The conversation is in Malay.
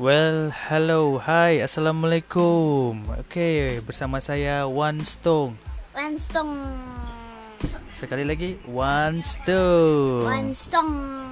Well, hello, hi, assalamualaikum. Okay, bersama saya Wan Stong. One stong. Sekali lagi, Wan Stong. One stong.